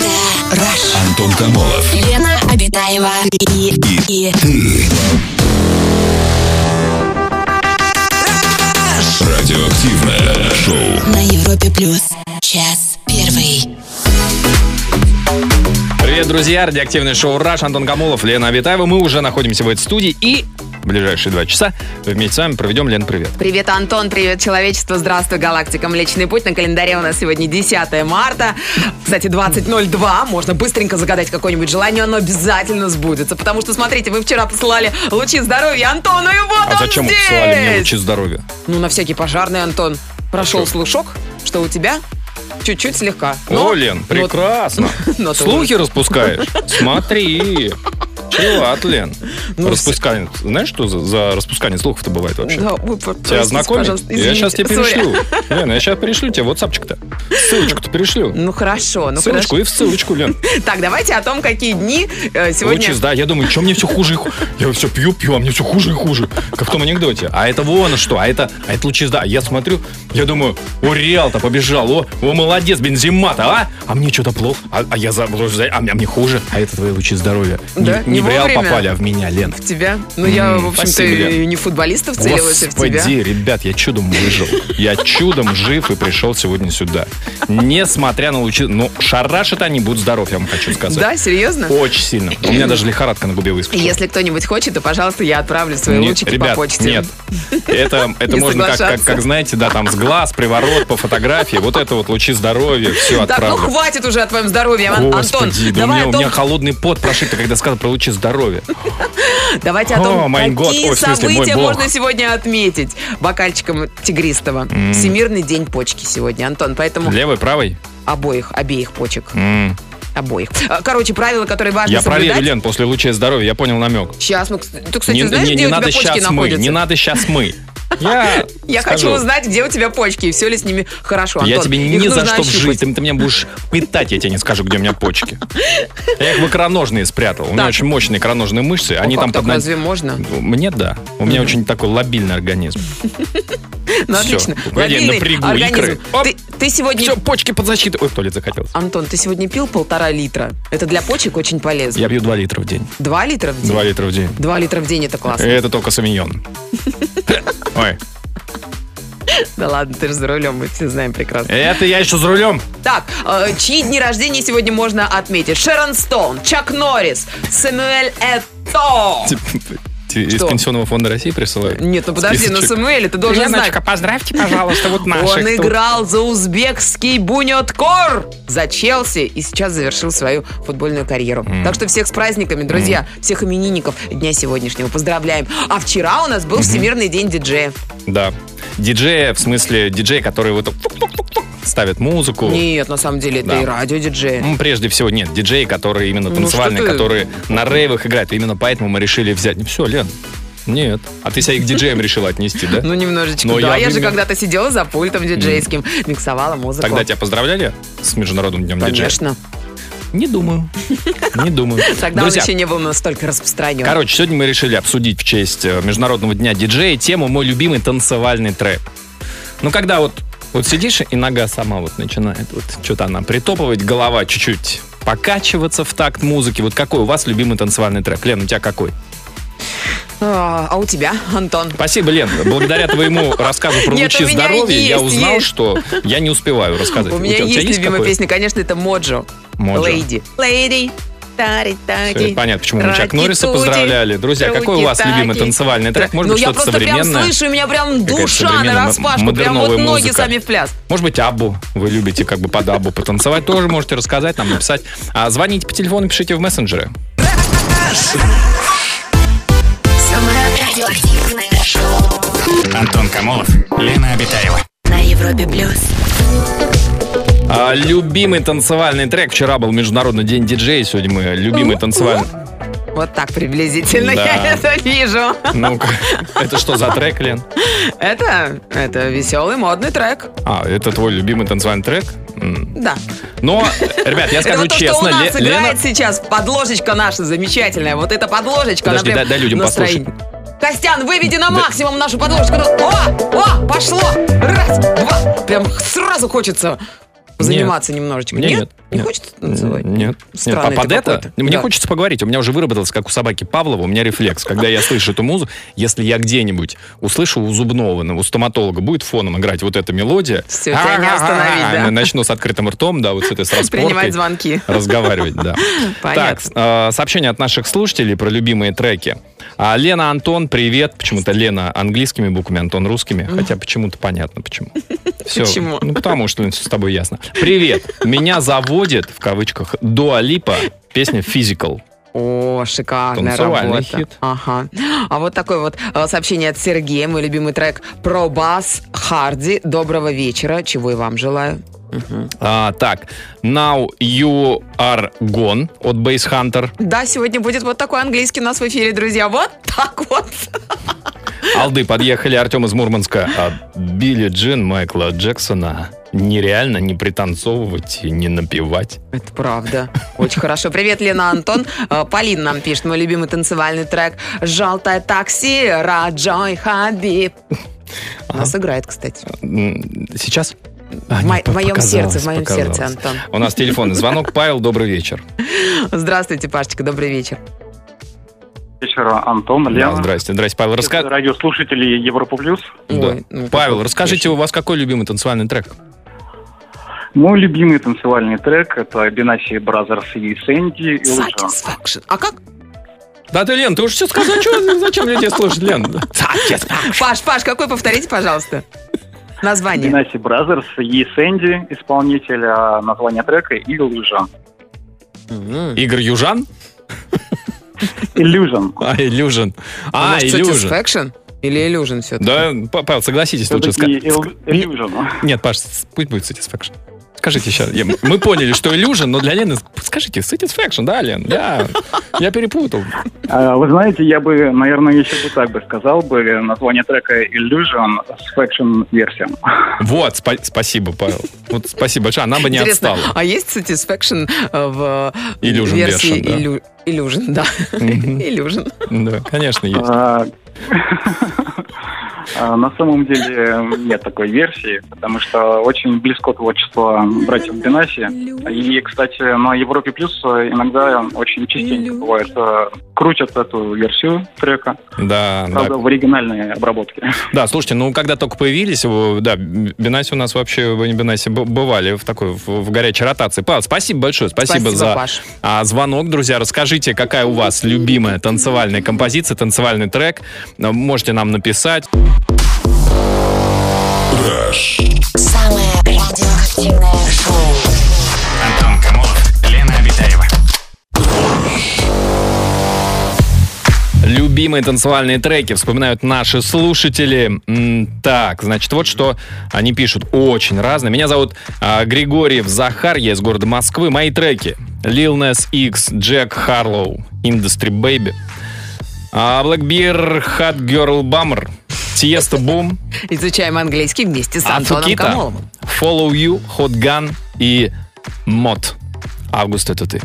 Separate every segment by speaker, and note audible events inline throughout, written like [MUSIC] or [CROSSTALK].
Speaker 1: Rush.
Speaker 2: Антон Камолов.
Speaker 1: Лена Обитаева и, и, и
Speaker 2: Радиоактивное шоу.
Speaker 1: на Европе плюс час первый.
Speaker 3: Привет, друзья! Радиоактивное шоу «Раш», Антон Камолов, Лена Абитаева. Мы уже находимся в этой студии и в ближайшие два часа вместе с вами проведем Лен Привет.
Speaker 4: Привет, Антон, привет, человечество, здравствуй, галактика Млечный Путь. На календаре у нас сегодня 10 марта, кстати, 20.02, можно быстренько загадать какое-нибудь желание, оно обязательно сбудется, потому что, смотрите, вы вчера посылали лучи здоровья Антону, и вот
Speaker 3: А
Speaker 4: он
Speaker 3: зачем вы
Speaker 4: здесь!
Speaker 3: посылали мне лучи здоровья?
Speaker 4: Ну, на всякий пожарный, Антон, прошел
Speaker 3: А что?
Speaker 4: слушок, что у тебя чуть-чуть слегка.
Speaker 3: О, Лен, прекрасно!
Speaker 4: прекрасно. [LAUGHS] но ты
Speaker 3: Слухи распускаешь? Смотри! Чувак, Лен.
Speaker 4: Ну,
Speaker 3: Распускание. Знаешь, что за, за распускание слухов-то бывает вообще?
Speaker 4: Да, вы
Speaker 3: Тебя
Speaker 4: простите,
Speaker 3: ознакомить?
Speaker 4: пожалуйста,
Speaker 3: Я сейчас тебе
Speaker 4: извините.
Speaker 3: перешлю.
Speaker 4: Сори.
Speaker 3: Лен, я сейчас перешлю тебе ватсапчик-то. Ссылочку-то перешлю.
Speaker 4: Ну хорошо, ну
Speaker 3: Ссылочку
Speaker 4: хорошо.
Speaker 3: и в ссылочку, Лен.
Speaker 4: Так, давайте о том, какие дни э, сегодня...
Speaker 3: Лучше, да, я думаю, что мне все хуже и хуже. Я все пью, пью, а мне все хуже и хуже. Как в том анекдоте. А это вон что, а это, а это лучше, да. Я смотрю, я думаю, о, Реал-то побежал, о, о, молодец, Бензима-то, а? А мне что-то плохо, а, а я за, а мне, а мне хуже. А это твои лучи здоровья. Не-
Speaker 4: Да,
Speaker 3: не,
Speaker 4: не
Speaker 3: в Реал
Speaker 4: вовремя.
Speaker 3: попали, а в меня, Лен.
Speaker 4: в тебя. Ну, я,
Speaker 3: М,
Speaker 4: в общем-то,
Speaker 3: спасибо, Лен.
Speaker 4: и не футболиста вцелилась, а в тебя.
Speaker 3: Господи, ребят, я чудом выжил. Я чудом жив и пришел сегодня сюда. Несмотря на лучи... Ну, шарашат они, будут здоров, я вам хочу сказать.
Speaker 4: Да, серьезно?
Speaker 3: Очень сильно. У меня даже лихорадка на губе выскочила.
Speaker 4: Если кто-нибудь хочет, то, пожалуйста, я отправлю свои
Speaker 3: Нет,
Speaker 4: лучики
Speaker 3: ребят,
Speaker 4: типа по почте.
Speaker 3: Нет.
Speaker 4: [LAUGHS]
Speaker 3: Это, это
Speaker 4: Не
Speaker 3: можно, как, как,
Speaker 4: соглашаться.
Speaker 3: как знаете, да, там с глаз, приворот по фотографии. Вот это вот лучи здоровья, все
Speaker 4: Так, ну
Speaker 3: отправлю.
Speaker 4: хватит уже о твоем здоровье, Ан- Антон.
Speaker 3: Господи, да у,
Speaker 4: давай
Speaker 3: меня,
Speaker 4: о
Speaker 3: у
Speaker 4: том,
Speaker 3: меня холодный пот прошит, когда сказал про лучи здоровья.
Speaker 4: давайте о
Speaker 3: О,
Speaker 4: том,
Speaker 3: май год.
Speaker 4: какие
Speaker 3: Ой, в смысле, мой
Speaker 4: события
Speaker 3: бог.
Speaker 4: можно сегодня отметить бокальчиком тигристого. Всемирный день почки сегодня, Антон. Поэтому
Speaker 3: Левой, правой?
Speaker 4: обоих, обеих почек,
Speaker 3: М.
Speaker 4: обоих. А, Короче, правила, которые важно
Speaker 3: Я проверю,
Speaker 4: соблюдать.
Speaker 3: Лен, после лучей здоровья. Я понял намек.
Speaker 4: Сейчас мы... кс- Ты, кстати,
Speaker 3: не,
Speaker 4: знаешь,
Speaker 3: не-
Speaker 4: где
Speaker 3: не
Speaker 4: у тебя
Speaker 3: надо
Speaker 4: почки
Speaker 3: сейчас мы.
Speaker 4: находятся?
Speaker 3: Не надо сейчас мы. Я,
Speaker 4: [LAUGHS] Я
Speaker 3: скажу.
Speaker 4: хочу узнать, где у тебя почки и все ли с ними хорошо.
Speaker 3: Я
Speaker 4: Антон,
Speaker 3: тебе
Speaker 4: их
Speaker 3: ни за
Speaker 4: нужно
Speaker 3: что в
Speaker 4: ощупать.
Speaker 3: жизнь. Ты, ты меня будешь пытать, я тебе не скажу, где у меня почки. Я их в икроножные спрятал. У меня
Speaker 4: Так.
Speaker 3: очень мощные икроножные мышцы. Они
Speaker 4: Как
Speaker 3: там
Speaker 4: так,
Speaker 3: под... на-
Speaker 4: разве можно?
Speaker 3: Мне да. У меня очень такой лабильный организм.
Speaker 4: Ну,
Speaker 3: Всё.
Speaker 4: отлично.
Speaker 3: Я напрягу икры. Оп.
Speaker 4: Ты, ты сегодня...
Speaker 3: Все, почки под защитой. Ой, в туалет закатился.
Speaker 4: Антон, ты сегодня пил полтора литра. Это для почек очень полезно.
Speaker 3: Я пью 2 литра в день.
Speaker 4: Два литра в день?
Speaker 3: 2 литра в день.
Speaker 4: Два литра в день это
Speaker 3: И
Speaker 4: классно.
Speaker 3: это только савиньон. Ой,
Speaker 4: Да ладно, ты же за рулем, мы все знаем прекрасно.
Speaker 3: это я еще за рулем.
Speaker 4: Так, э, чьи дни рождения сегодня можно отметить? Шерон Стоун, Чак Норрис, Сэмюэль Этто.
Speaker 3: Из
Speaker 4: Что?
Speaker 3: Пенсионного фонда России присылают?
Speaker 4: Нет, ну подожди, ну
Speaker 3: Списочек.
Speaker 4: Сэмюэль, ты должен знать.
Speaker 3: поздравьте, пожалуйста, вот
Speaker 4: Он играл за узбекский Бунеткор за Челси и сейчас завершил свою футбольную карьеру. Так что всех с праздниками, друзья, всех именинников дня сегодняшнего поздравляем. А вчера у нас был Всемирный день диджея.
Speaker 3: Да. Диджея, в смысле, диджея, который вот так ставят музыку.
Speaker 4: Нет, на самом деле это
Speaker 3: Да.
Speaker 4: и радио диджея.
Speaker 3: Ну, прежде всего, нет, диджеи, которые именно
Speaker 4: Ну,
Speaker 3: танцевальные,
Speaker 4: что ты?
Speaker 3: которые на рейвах играют. Именно поэтому мы решили взять... Все, Лен, нет. А ты себя и к диджеям решила отнести, да?
Speaker 4: [LAUGHS] Ну, немножечко,
Speaker 3: Но я
Speaker 4: да. Я, же
Speaker 3: именно-
Speaker 4: когда-то сидела за пультом диджейским, миксовала музыку.
Speaker 3: Тогда тебя поздравляли с Международным днем диджея?
Speaker 4: Конечно.
Speaker 3: Не думаю. Не думаю.
Speaker 4: [LAUGHS] Тогда
Speaker 3: Друзья,
Speaker 4: он еще не был настолько распространен.
Speaker 3: короче, сегодня мы решили обсудить в честь э, Международного дня диджея тему «Мой любимый танцевальный трэп». Ну, когда вот, вот сидишь, и нога сама вот начинает вот что-то она притопывать, голова чуть-чуть покачиваться в такт музыки. Вот какой у вас любимый танцевальный трек? Лен, у тебя какой?
Speaker 4: А а у тебя, Антон?
Speaker 3: Спасибо, Лен. Благодаря твоему рассказу про
Speaker 4: Нет,
Speaker 3: лучи
Speaker 4: у меня
Speaker 3: здоровья я
Speaker 4: есть,
Speaker 3: узнал,
Speaker 4: есть.
Speaker 3: что я не успеваю рассказать.
Speaker 4: У меня
Speaker 3: тебя- у тебя
Speaker 4: есть любимая
Speaker 3: какой?
Speaker 4: песня, конечно, это Моджо.
Speaker 3: Моджо.
Speaker 4: Лейди. Лейди. Тари,
Speaker 3: Всё,
Speaker 4: тари.
Speaker 3: понятно, почему мы Чак
Speaker 4: Раки,
Speaker 3: Норриса
Speaker 4: тути,
Speaker 3: поздравляли. Э, Друзья, какой у вас
Speaker 4: труки,
Speaker 3: любимый
Speaker 4: таки.
Speaker 3: танцевальный трек? Может
Speaker 4: ну,
Speaker 3: быть,
Speaker 4: я
Speaker 3: что-то
Speaker 4: просто прям
Speaker 3: современное?
Speaker 4: слышу, у меня прям
Speaker 3: Какая-то
Speaker 4: душа
Speaker 3: современная
Speaker 4: на распашку,
Speaker 3: м-
Speaker 4: прям вот
Speaker 3: модерновая
Speaker 4: ноги
Speaker 3: музыка.
Speaker 4: сами в пляс.
Speaker 3: Может быть, Абу. Вы любите как бы под Абу потанцевать. Тоже можете рассказать, нам написать. А звоните по телефону, пишите в мессенджеры.
Speaker 1: Самое радиоактивное шоу
Speaker 5: Антон Камолов, Лена Обитаева.
Speaker 1: на Европе плюс.
Speaker 3: А, любимый танцевальный трек. Вчера был Международный день диджея. Сегодня мы любимый танцевальный...
Speaker 4: Вот так приблизительно
Speaker 3: Да.
Speaker 4: [LAUGHS] я это вижу.
Speaker 3: ну [LAUGHS] это что за трек, Лен?
Speaker 4: Это, это веселый модный трек.
Speaker 3: А, это твой любимый танцевальный трек? М.
Speaker 4: Да.
Speaker 3: Но, ребят, я
Speaker 4: это
Speaker 3: скажу
Speaker 4: вот то,
Speaker 3: честно,
Speaker 4: что у нас
Speaker 3: Ле-
Speaker 4: играет
Speaker 3: Лена...
Speaker 4: сейчас. Подложечка наша замечательная. Вот эта подложечка.
Speaker 3: Подожди,
Speaker 4: она
Speaker 3: дай-
Speaker 4: прям
Speaker 3: дай людям
Speaker 4: настроение. Костян, выведи на максимум нашу подложечку. Ну, О, о, пошло. Раз, два. Прям сразу хочется
Speaker 3: Нет.
Speaker 4: заниматься немножечко.
Speaker 3: Мне нет.
Speaker 4: Не
Speaker 3: Нет.
Speaker 4: хочется танцевать?
Speaker 3: Нет. Нет,
Speaker 4: Странный
Speaker 3: а
Speaker 4: ты
Speaker 3: под это
Speaker 4: какой-то.
Speaker 3: мне
Speaker 4: Да.
Speaker 3: хочется поговорить. У меня уже выработался, как у собаки Павлова, у меня рефлекс. Когда я слышу эту музыку, если я где-нибудь услышу у зубного, ну, у стоматолога, будет фоном играть вот эта мелодия.
Speaker 4: Всё, тебя не остановить, да.
Speaker 3: А, Начну с открытым ртом, да, вот с этой
Speaker 4: [LAUGHS]
Speaker 3: с распоркой.
Speaker 4: Принимать звонки.
Speaker 3: Разговаривать, да. Так,
Speaker 4: [LAUGHS] Понятно.
Speaker 3: э, сообщение от наших слушателей про любимые треки. А, Лена Антон, привет. Почему-то Лена английскими буквами, Антон русскими. Хотя почему-то понятно почему. Всё.
Speaker 4: Почему?
Speaker 3: Ну, потому что всё с тобой ясно. Привет. Меня заводит, в кавычках, Дуа Липа, песня «Physical».
Speaker 4: О, шикарная
Speaker 3: Танцевальный
Speaker 4: работа.
Speaker 3: хит.
Speaker 4: Ага. А вот такое вот э, сообщение от Сергея, мой любимый трек про бас Харди. Доброго вечера, чего и вам желаю.
Speaker 3: А, так, Now You Are Gone от Bass Hunter.
Speaker 4: Да, сегодня будет вот такой английский у нас в эфире, друзья. Вот так вот.
Speaker 3: Алды подъехали, Артем из Мурманска. А Билли Джин Майкла Джексона нереально не пританцовывать и не напевать.
Speaker 4: Это правда. Очень хорошо. Привет, Лена Антон. Э, Полин нам пишет, мой любимый танцевальный трек «Желтое такси», Раджой Хабиб. У нас играет, кстати.
Speaker 3: М, Сейчас? А,
Speaker 4: В
Speaker 3: не,
Speaker 4: мо-
Speaker 3: по-
Speaker 4: в моем
Speaker 3: показалось,
Speaker 4: сердце, в моем
Speaker 3: показалось.
Speaker 4: сердце, Антон.
Speaker 3: У нас телефонный звонок. Павел, добрый вечер.
Speaker 4: Здравствуйте, Пашечка, добрый вечер.
Speaker 2: вечера, Антон,
Speaker 3: Да,
Speaker 2: Лена,
Speaker 3: здрасте, здрасте, Павел. Раска-
Speaker 2: радиослушатели Европа Плюс.
Speaker 3: Да.
Speaker 4: Ой, ну,
Speaker 3: Павел,
Speaker 4: какой
Speaker 3: расскажите, у вас какой любимый танцевальный трек?
Speaker 2: Мой любимый танцевальный трек – это Бенаси Бразерс и Сэнди. И Луджан.
Speaker 4: Satisfaction. А как?
Speaker 3: Да ты, Лен, ты уже все сказал, а чё- ну, зачем мне тебя слушать, Лен? А,
Speaker 4: Паш, Паш, какой повторите, пожалуйста? Название.
Speaker 2: Бенаси Бразерс и Сэнди, исполнителя названия трека Illusion.
Speaker 3: Игорь Южан? [LAUGHS]
Speaker 2: Illusion.
Speaker 3: А, Илюжин. А,
Speaker 4: Может,
Speaker 3: Илюжин.
Speaker 4: Satisfaction? Или Illusion все-таки?
Speaker 3: Да, Па- Павел, согласитесь, лучше
Speaker 2: Все-таки
Speaker 3: сказать.
Speaker 2: Ил- Illusion.
Speaker 3: Нет, Паш, с- пусть будет Satisfaction. Скажите сейчас. я- Мы поняли, что Илюжин, но для Лены... Скажите, Satisfaction, да, Лен? Я, я перепутал.
Speaker 2: А, Вы знаете, я бы, наверное, еще бы так бы сказал бы название трека Illusion с фэкшн-версией.
Speaker 3: Вот, спа- спасибо, Павел. Вот спасибо большое, она бы не
Speaker 4: Интересно,
Speaker 3: отстала.
Speaker 4: а есть Satisfaction э, в э,
Speaker 3: Illusion
Speaker 4: версии
Speaker 3: version, да.
Speaker 4: Illu- Illusion, да.
Speaker 3: Мгм.
Speaker 4: [LAUGHS] Illusion.
Speaker 3: Да, конечно, есть.
Speaker 2: А, [LAUGHS] а, На самом деле нет такой версии, потому что очень близко творчество братьев Бенаси. И, кстати, на Европе Плюс иногда очень частенько бывает э, крутят эту версию трека,
Speaker 3: Да, да.
Speaker 2: правда, в оригинальной обработке.
Speaker 3: Да, слушайте, ну когда только появились, э, да, Бенаси у нас вообще, в Бенаси б- бывали в такой, в, в горячей ротации. Павел, спасибо большое, спасибо,
Speaker 4: Спасибо,
Speaker 3: за
Speaker 4: Паш.
Speaker 3: а, звонок, друзья. Расскажите, какая у вас любимая танцевальная композиция, танцевальный трек. Э, Можете нам написать.
Speaker 1: Самое радиоактивное шоу.
Speaker 5: Антон Камолов, Лена Обитаева.
Speaker 3: Любимые танцевальные треки вспоминают наши слушатели. М, Так, значит, вот что они пишут. Очень разные. Меня зовут а, Григорьев Захар, я из города Москвы. Мои треки. Lil Nas X, Джек Харлоу, Industry Baby. А, Black Bear, Hot Girl Bummer, Тиеста Бум,
Speaker 4: Изучаем английский вместе с
Speaker 3: А,
Speaker 4: Антоном
Speaker 3: Афукита,
Speaker 4: Камоловым.
Speaker 3: Follow You, Hot Gun и Мод. Август, это ты.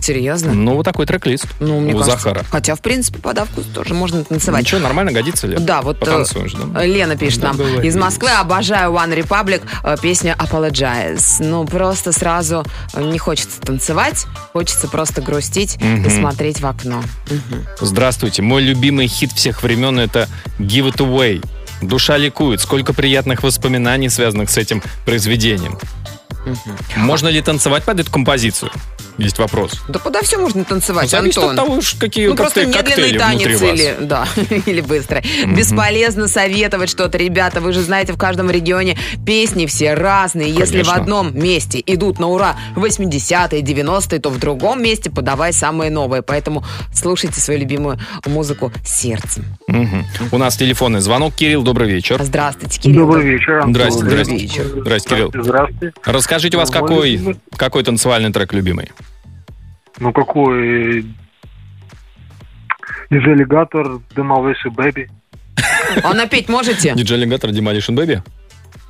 Speaker 4: Серьезно?
Speaker 3: Ну, вот такой трек-лист
Speaker 4: Ну, мне
Speaker 3: у
Speaker 4: кажется.
Speaker 3: Захара.
Speaker 4: Хотя, в принципе, подавку тоже можно танцевать.
Speaker 3: Ничего, нормально годится, Лен?
Speaker 4: Да, вот, э,
Speaker 3: Потанцуешь, да?
Speaker 4: Лена пишет нам.
Speaker 3: Договорились.
Speaker 4: Из Москвы обожаю One Republic, э, песню Apologize. Ну, просто сразу э, не хочется танцевать, хочется просто грустить и
Speaker 3: Мгм.
Speaker 4: смотреть в окно. Мгм.
Speaker 3: Здравствуйте. Мой любимый хит всех времен это Give It Away. Душа ликует. Сколько приятных воспоминаний, связанных с этим произведением. Можно ли танцевать под эту композицию? Есть вопрос.
Speaker 4: Да подо все можно танцевать,
Speaker 3: Ну, Зависит
Speaker 4: Антон.
Speaker 3: от того, ш- какие
Speaker 4: Ну,
Speaker 3: кокте-
Speaker 4: просто медленный
Speaker 3: коктейли внутри
Speaker 4: танец
Speaker 3: вас.
Speaker 4: или, да, [LAUGHS] или быстро. Бесполезно советовать что-то, ребята. Вы же знаете, в каждом регионе песни все разные. Если в
Speaker 3: Конечно.
Speaker 4: одном месте идут на ура 80-е, 90-е, то в другом месте подавай самые новые. Поэтому слушайте свою любимую музыку сердцем.
Speaker 3: Мгм. У нас телефонный звонок. Кирилл, добрый вечер.
Speaker 4: Здравствуйте, Кирилл.
Speaker 2: вечер,
Speaker 3: Здрасте,
Speaker 4: Добрый
Speaker 3: здрасте.
Speaker 4: вечер.
Speaker 3: Здрасте, Кирилл.
Speaker 2: Здравствуйте.
Speaker 3: Расскажите, у вас
Speaker 2: Мой
Speaker 3: какой,
Speaker 2: любимый.
Speaker 3: какой танцевальный трек любимый?
Speaker 2: Ну какой... Из аллигатор Демалвеси Бэби.
Speaker 4: А напеть можете,
Speaker 3: Диджей Аллигатор, Demolition Baby? Ну,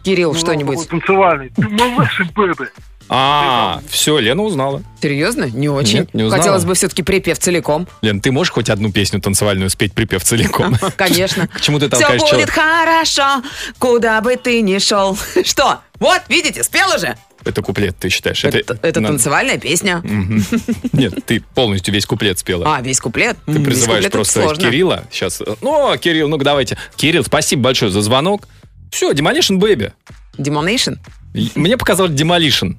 Speaker 4: Кирилл, что-нибудь?
Speaker 2: Танцевальный. Демалвеси Бэби.
Speaker 3: А, все, Лена узнала.
Speaker 4: Серьезно? Не очень.
Speaker 3: Нет, не узнала.
Speaker 4: Хотелось бы все-таки
Speaker 3: [LAUGHS]
Speaker 4: припев целиком.
Speaker 3: Лен, ты можешь хоть одну песню танцевальную спеть припев целиком?
Speaker 4: Конечно.
Speaker 3: К чему ты
Speaker 4: Все
Speaker 3: толкаешь
Speaker 4: будет
Speaker 3: человека?
Speaker 4: [LAUGHS] хорошо, куда бы ты ни шел. Что? Вот, видите, спел уже?
Speaker 3: Это куплет, ты считаешь?
Speaker 4: Это, это
Speaker 3: на-
Speaker 4: танцевальная песня.
Speaker 3: Мгм. Нет, ты полностью весь куплет спела.
Speaker 4: А, весь куплет?
Speaker 3: Ты призываешь просто Кирилла сейчас. Ну, Кирилл, ну-ка давайте. Кирилл, спасибо большое за звонок. Все, Demolition Baby.
Speaker 4: Демонейшн?
Speaker 3: И- Мне показал Demolition.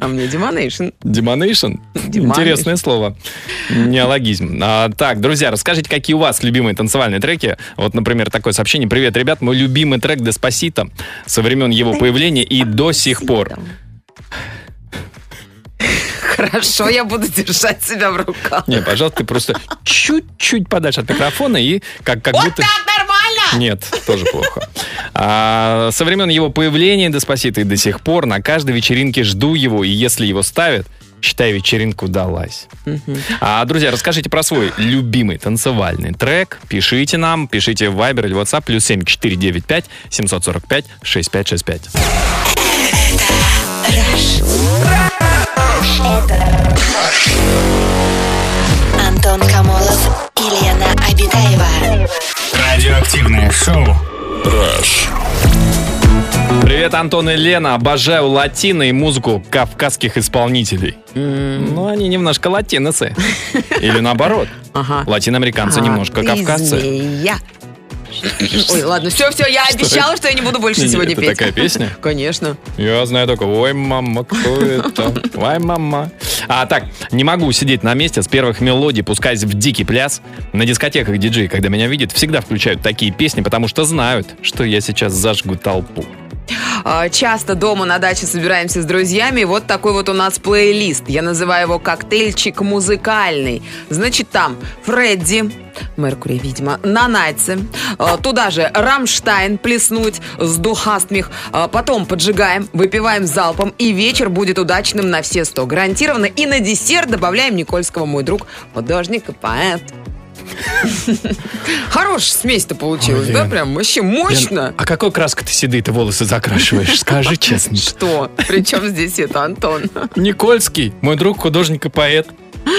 Speaker 4: А мне Демонейшн. [LAUGHS]
Speaker 3: Демонейшн?
Speaker 4: Demolition.
Speaker 3: Интересное слово. Неологизм. А, так, друзья, расскажите, какие у вас любимые танцевальные треки. Вот, например, такое сообщение. Привет, ребят, мой любимый трек «Деспасито» со времен его появления и до сих пор.
Speaker 4: Хорошо, я буду держать себя в руках.
Speaker 3: Не, пожалуйста, ты просто чуть-чуть подальше от микрофона и как, как будто...
Speaker 4: нормально!
Speaker 3: Нет, тоже плохо. А, со времен его появления Деспасито и до сих пор на каждой вечеринке жду его, и если его ставят, считай, вечеринку далась. А, друзья, расскажите про свой любимый танцевальный трек. Пишите нам, пишите в Viber или WhatsApp, плюс 7495 745 6565.
Speaker 1: Антон Камолов и Лена Обитаева.
Speaker 5: Радиоактивное шоу.
Speaker 3: Привет, Антон и Лена. Обожаю латино и музыку кавказских исполнителей. Ну, они немножко
Speaker 4: [LAUGHS]
Speaker 3: латиносы. Или наоборот.
Speaker 4: Ага.
Speaker 3: Латиноамериканцы немножко
Speaker 4: А ты
Speaker 3: кавказцы. [LAUGHS]
Speaker 4: змея. Ой, ладно, все, все, я обещала, что я не буду больше
Speaker 3: Не, не,
Speaker 4: сегодня
Speaker 3: это
Speaker 4: петь.
Speaker 3: такая песня?
Speaker 4: [LAUGHS] Конечно.
Speaker 3: Я знаю только, ой, мама, кто это? Ой, мама. А так, не могу сидеть на месте с первых мелодий, пускаясь в дикий пляс. На дискотеках диджей, когда меня видят, всегда включают такие песни, потому что знают, что я сейчас зажгу толпу.
Speaker 4: А, Часто дома на даче собираемся с друзьями. и Вот такой вот у нас плейлист. Я называю его коктейльчик музыкальный. Значит, там Фредди, Меркурий, видимо, Нанайцы, а, туда же Рамштайн плеснуть с духастмих, а, потом поджигаем, выпиваем залпом, и вечер будет удачным на все сто. Гарантированно. И на десерт добавляем Никольского, мой друг, художник и поэт. [LAUGHS] Хорошая смесь-то получилась,
Speaker 3: Ой,
Speaker 4: да?
Speaker 3: Лен.
Speaker 4: Прям вообще
Speaker 3: Лен,
Speaker 4: мощно.
Speaker 3: а какой краской ты седые ты волосы закрашиваешь?
Speaker 4: [LAUGHS]
Speaker 3: Скажи честно.
Speaker 4: Что? Причем здесь это, Антон?
Speaker 3: Никольский, мой друг, художник и поэт.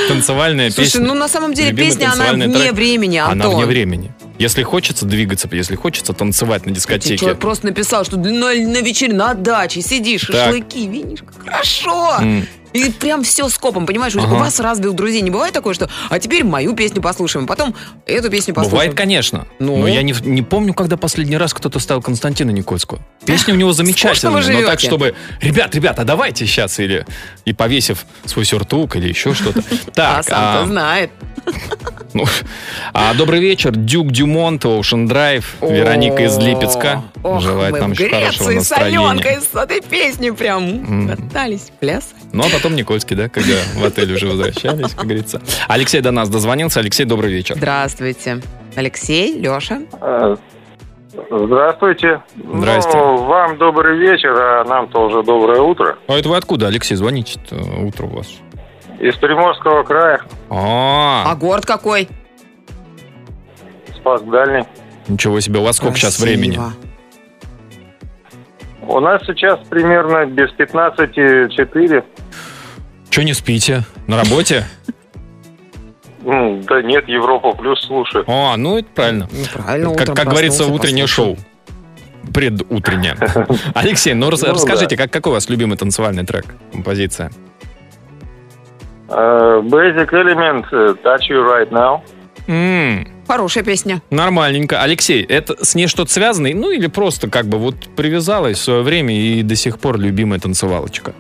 Speaker 3: Танцевальная песня.
Speaker 4: Слушай, ну на самом деле
Speaker 3: Любимый
Speaker 4: песня, она
Speaker 3: танцевальный
Speaker 4: вне
Speaker 3: трек.
Speaker 4: времени, Антон.
Speaker 3: Она вне времени. Если хочется двигаться, если хочется танцевать на
Speaker 4: Тебе
Speaker 3: дискотеке.
Speaker 4: Человек просто написал, что на, на вечер на даче сидишь,
Speaker 3: Так.
Speaker 4: шашлыки, винишь, как хорошо.
Speaker 3: М.
Speaker 4: И прям все скопом, понимаешь? У-
Speaker 3: Ага.
Speaker 4: У вас разве у друзей не бывает такое, что а теперь мою песню послушаем, потом эту песню послушаем?
Speaker 3: Бывает, конечно.
Speaker 4: Ну?
Speaker 3: Но я не, не помню, когда последний раз кто-то ставил Константина Никольского. Песня у него замечательная,
Speaker 4: скучно вы
Speaker 3: но так,
Speaker 4: живете.
Speaker 3: чтобы... Ребят, ребят, а давайте сейчас, или... И повесив свой сюртук, или еще
Speaker 4: [LAUGHS]
Speaker 3: что-то.
Speaker 4: А
Speaker 3: Так,
Speaker 4: сам-то
Speaker 3: а,
Speaker 4: знает.
Speaker 3: ну, а, добрый вечер, Дюк Дюмонт, Ocean Драйв, Вероника из Липецка.
Speaker 4: Ох,
Speaker 3: Желает
Speaker 4: мы
Speaker 3: нам
Speaker 4: в
Speaker 3: еще хорошего
Speaker 4: Греции с
Speaker 3: настроения.
Speaker 4: Аленкой с этой песней прям
Speaker 3: М.
Speaker 4: катались, пляс.
Speaker 3: Ну, а потом Никольский, да, когда в отель уже возвращались, как говорится. Алексей до нас дозвонился. Алексей, добрый вечер.
Speaker 4: Здравствуйте. Алексей, Леша.
Speaker 6: Э, Здравствуйте.
Speaker 3: Здрасте.
Speaker 6: Ну, вам добрый вечер, а нам тоже доброе утро.
Speaker 3: А это вы откуда, Алексей, звоните утро у вас?
Speaker 6: Из Приморского края,
Speaker 4: А
Speaker 3: А,
Speaker 4: город какой?
Speaker 6: Спас Дальний.
Speaker 3: ничего себе, у вас сколько сейчас
Speaker 4: Красиво.
Speaker 3: времени?
Speaker 6: У нас сейчас примерно без 15-4.
Speaker 3: Че не спите? На работе?
Speaker 6: М, Да нет, Европа плюс слушаю.
Speaker 3: А, ну это правильно.
Speaker 4: Ну, правильно,
Speaker 3: Как-
Speaker 4: утром
Speaker 3: Как говорится,
Speaker 4: проснулся,
Speaker 3: утреннее
Speaker 4: послушал.
Speaker 3: шоу.
Speaker 4: [LAUGHS]
Speaker 3: Предутреннее. Алексей, ну рас-
Speaker 6: Ну, да.
Speaker 3: расскажите, как какой у вас любимый танцевальный трек, композиция?
Speaker 6: Э, Basic Element, э, Touch You Right Now.
Speaker 3: М,
Speaker 4: Хорошая песня.
Speaker 3: Нормальненько. Алексей, это с ней что-то связано? Ну или просто как бы вот привязалась в свое время и до сих пор любимая танцевалочка?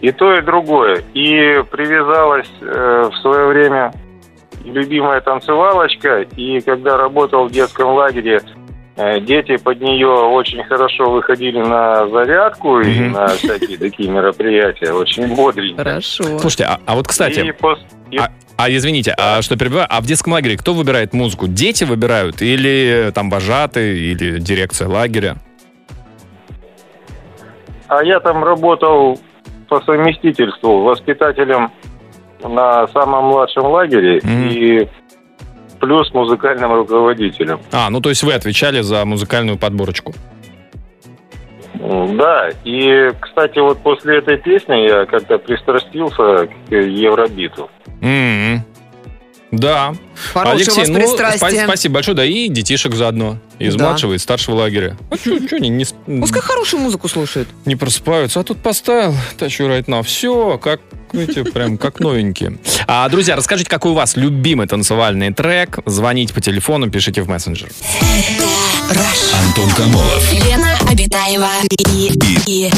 Speaker 6: И то, и другое. И привязалась э, в свое время любимая танцевалочка. И когда работал в детском лагере, э, дети под нее очень хорошо выходили на зарядку и
Speaker 3: Мгм.
Speaker 6: на всякие такие мероприятия. Очень бодренько.
Speaker 4: Хорошо.
Speaker 3: Слушайте, а, а вот кстати...
Speaker 6: И пос- и-
Speaker 3: А, а, извините, а что перебиваю? А в детском лагере кто выбирает музыку? Дети выбирают или э, там вожатые, или дирекция лагеря?
Speaker 6: А я там работал по совместительству воспитателем на самом младшем лагере
Speaker 3: Мгм.
Speaker 6: и плюс музыкальным руководителем.
Speaker 3: А, ну то есть вы отвечали за музыкальную подборочку.
Speaker 6: Да, и, кстати, вот после этой песни я как-то пристрастился к Евробиту.
Speaker 3: М-м. Да.
Speaker 4: Хорошее у
Speaker 3: Алексей,
Speaker 4: вас
Speaker 3: ну, спа-
Speaker 4: пристрастие.
Speaker 3: спасибо большое, да, и детишек заодно. Из
Speaker 4: Да. Ну,
Speaker 3: младшего и старшего лагеря. А что, не, не, с-
Speaker 4: Пускай хорошую музыку слушают.
Speaker 3: не просыпаются? А тут поставил, тащу right now. Все, как, знаете, прям как новенькие. А, друзья, расскажите, какой у вас любимый танцевальный трек. Звоните по телефону, пишите в мессенджер.
Speaker 5: Антон Камолов.
Speaker 1: Лена Обитаева и, и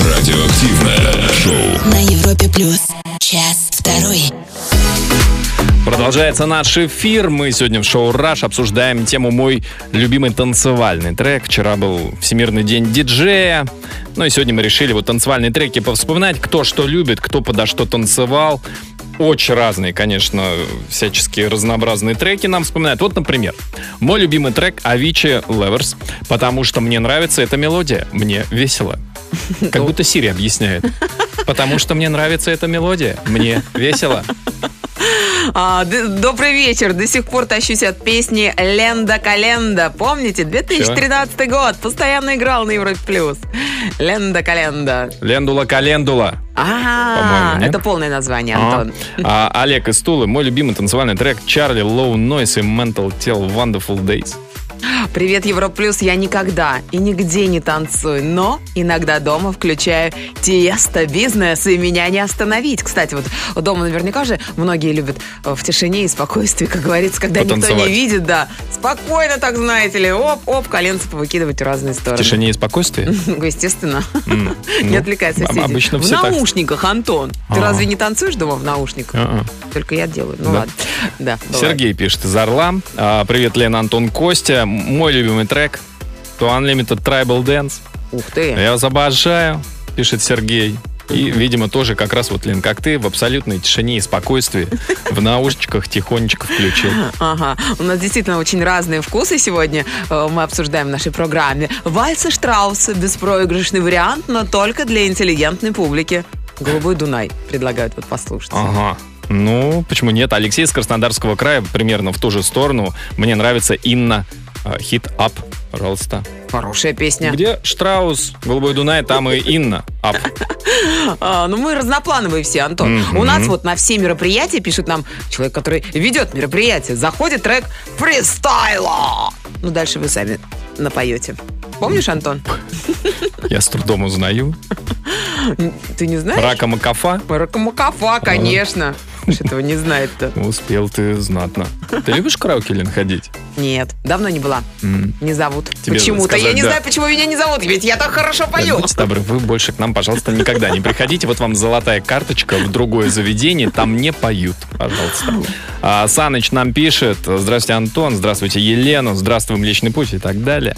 Speaker 5: Радиоактивное шоу.
Speaker 1: на Европе плюс час второй.
Speaker 3: Продолжается наш эфир. Мы сегодня в шоу «Раш» обсуждаем тему «Мой любимый танцевальный трек». Вчера был Всемирный день диджея. Ну и сегодня мы решили вот танцевальные треки повспоминать. Кто что любит, кто подо что танцевал. Очень разные, конечно, всяческие разнообразные треки нам вспоминают. Вот, например, мой любимый трек Avicii Levers, потому что мне нравится эта мелодия. Мне весело. Как будто Сири объясняет. Потому что мне нравится эта мелодия. Мне весело.
Speaker 4: А, д- добрый вечер. До сих пор тащусь от песни Ленда Календа. Помните, 2013 год. Постоянно играл на Европе плюс. Ленда Календа.
Speaker 3: Лендула календула.
Speaker 4: А,
Speaker 3: По-моему, нет?
Speaker 4: это полное название,
Speaker 3: А.
Speaker 4: Антон.
Speaker 3: А, Олег из Тулы, мой любимый танцевальный трек Чарли Low Noise и Mental Tell Wonderful Days.
Speaker 4: Привет, Европа плюс. Я никогда и нигде не танцую, но иногда дома включаю Тиеста бизнес, и меня не остановить. Кстати, вот дома наверняка же многие любят э, в тишине и спокойствии, как говорится, когда никто не
Speaker 3: Потанцевать.
Speaker 4: видит, да. Спокойно так, знаете ли, оп-оп, коленцы повыкидывать в разные
Speaker 3: В
Speaker 4: стороны.
Speaker 3: тишине и
Speaker 4: [LAUGHS]
Speaker 3: спокойствие.
Speaker 4: Ну, Естественно.
Speaker 3: М, [LAUGHS]
Speaker 4: Не
Speaker 3: ну,
Speaker 4: отвлекай
Speaker 3: об-
Speaker 4: соседей.
Speaker 3: Обычно
Speaker 4: в
Speaker 3: все так.
Speaker 4: наушниках, Антон. Ты
Speaker 3: А.
Speaker 4: разве не танцуешь дома в наушниках?
Speaker 3: А-а.
Speaker 4: Только я делаю. Ну
Speaker 3: Да.
Speaker 4: ладно. Да, бывает.
Speaker 3: А, Сергей пишет из Орла. А, Привет, Лена, Антон, Костя. Мой любимый трек To Unlimited Tribal Dance.
Speaker 4: Ух ты.
Speaker 3: Я вас обожаю, пишет Сергей. И, видимо, тоже как раз вот, Лен, как ты, в абсолютной тишине и спокойствии в наушниках тихонечко включил.
Speaker 4: Ага. У нас действительно очень разные вкусы сегодня э, мы обсуждаем в нашей программе. Вальсы Штрауса. Беспроигрышный вариант, но только для интеллигентной публики. Голубой Дунай предлагают вот послушать.
Speaker 3: Ага. Ну, почему нет? Алексей из Краснодарского края, примерно в ту же сторону. Мне нравится Инна. э, Хит Ап, пожалуйста.
Speaker 4: Хорошая песня.
Speaker 3: Где Штраус, Голубой Дунай, там и Инна Ап.
Speaker 4: А, ну, мы разноплановые все, Антон.
Speaker 3: Мгм.
Speaker 4: У нас вот на все мероприятия пишет нам человек, который ведет мероприятие. Заходит трек фристайла. Ну, дальше вы сами напоете. Помнишь, Антон?
Speaker 3: Я с трудом узнаю.
Speaker 4: Ты не знаешь?
Speaker 3: Рака Макафа.
Speaker 4: Ракомакафа, конечно. Уж Этого не знает-то.
Speaker 3: Успел ты знатно. Ты любишь караоке, Лен, ходить?
Speaker 4: Нет, давно не была.
Speaker 3: М.
Speaker 4: Не зовут.
Speaker 3: Тебе
Speaker 4: Почему-то. Я
Speaker 3: сказать,
Speaker 4: не
Speaker 3: да.
Speaker 4: знаю, почему меня не зовут. Ведь я так хорошо
Speaker 3: Лен,
Speaker 4: пою.
Speaker 3: будьте добры, вы больше к нам, пожалуйста, никогда не приходите. Вот вам золотая карточка в другое заведение, там не поют, пожалуйста. А, Саныч нам пишет, здравствуйте, Антон, здравствуйте, Елена, здравствуй, Млечный Путь и так далее.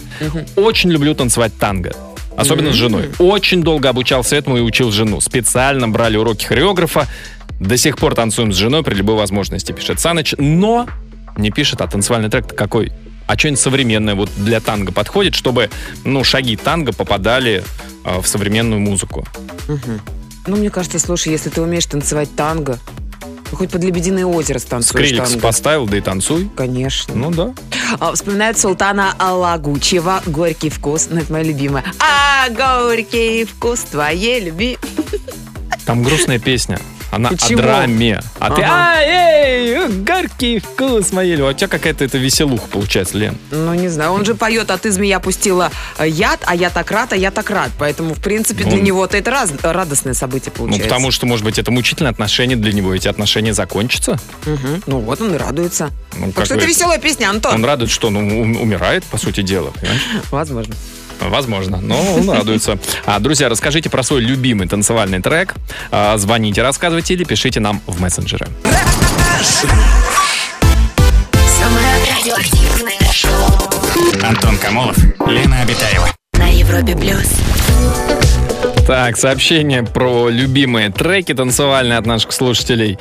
Speaker 3: Очень люблю танцевать танго. Особенно с женой. Очень долго обучался этому и учил жену. Специально брали уроки хореографа. До сих пор танцуем с женой при любой возможности, пишет Саныч. Но не пишет, а танцевальный трек какой? А что-нибудь современное вот для танго подходит, чтобы, ну, шаги танго попадали э, в современную музыку.
Speaker 4: Мгм. Ну, мне кажется, слушай, если ты умеешь танцевать танго, ну, хоть под Лебединое озеро станцуешь
Speaker 3: Скриликс
Speaker 4: танго.
Speaker 3: поставил, да и танцуй.
Speaker 4: Конечно.
Speaker 3: Ну да.
Speaker 4: А, Вспоминают Султана Алагучева. Горький вкус. Ну, это мое любимое. А, горький вкус твоей любви.
Speaker 3: Там грустная песня. Она
Speaker 4: Почему?
Speaker 3: о драме. А ты...
Speaker 4: Ага.
Speaker 3: А, эй, горький вкус моей любви». А У тебя какая-то это веселуха получается, Лен.
Speaker 4: Ну, не знаю, он же поет, а ты змея пустила э, яд, а я так рад, а я так рад. Поэтому, в принципе, для
Speaker 3: Ну,
Speaker 4: него-то это раз- радостное событие
Speaker 3: Ну,
Speaker 4: получается.
Speaker 3: потому что, может быть, это мучительное отношение для него. Эти отношения закончатся.
Speaker 4: Мгм. Ну, вот он и радуется.
Speaker 3: Ну,
Speaker 4: так
Speaker 3: как
Speaker 4: что это
Speaker 3: говорится,
Speaker 4: веселая песня, Антон.
Speaker 3: Он радует, что он ум- умирает, по сути дела. понимаешь?
Speaker 4: Возможно.
Speaker 3: Возможно, но он радуется. А, друзья, расскажите про свой любимый танцевальный трек. А, звоните, рассказывайте или пишите нам в мессенджеры.
Speaker 1: Самое радиоактивное шоу
Speaker 5: Антон Камолов, Лена Обитаева.
Speaker 1: на Европе плюс.
Speaker 3: Так, сообщение про любимые треки танцевальные от наших слушателей.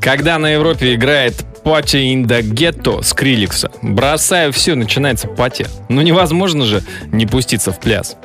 Speaker 3: Когда на Европе играет Party in the Ghetto Скриликса, бросаю все, начинается пати. Ну невозможно же не пуститься в пляс.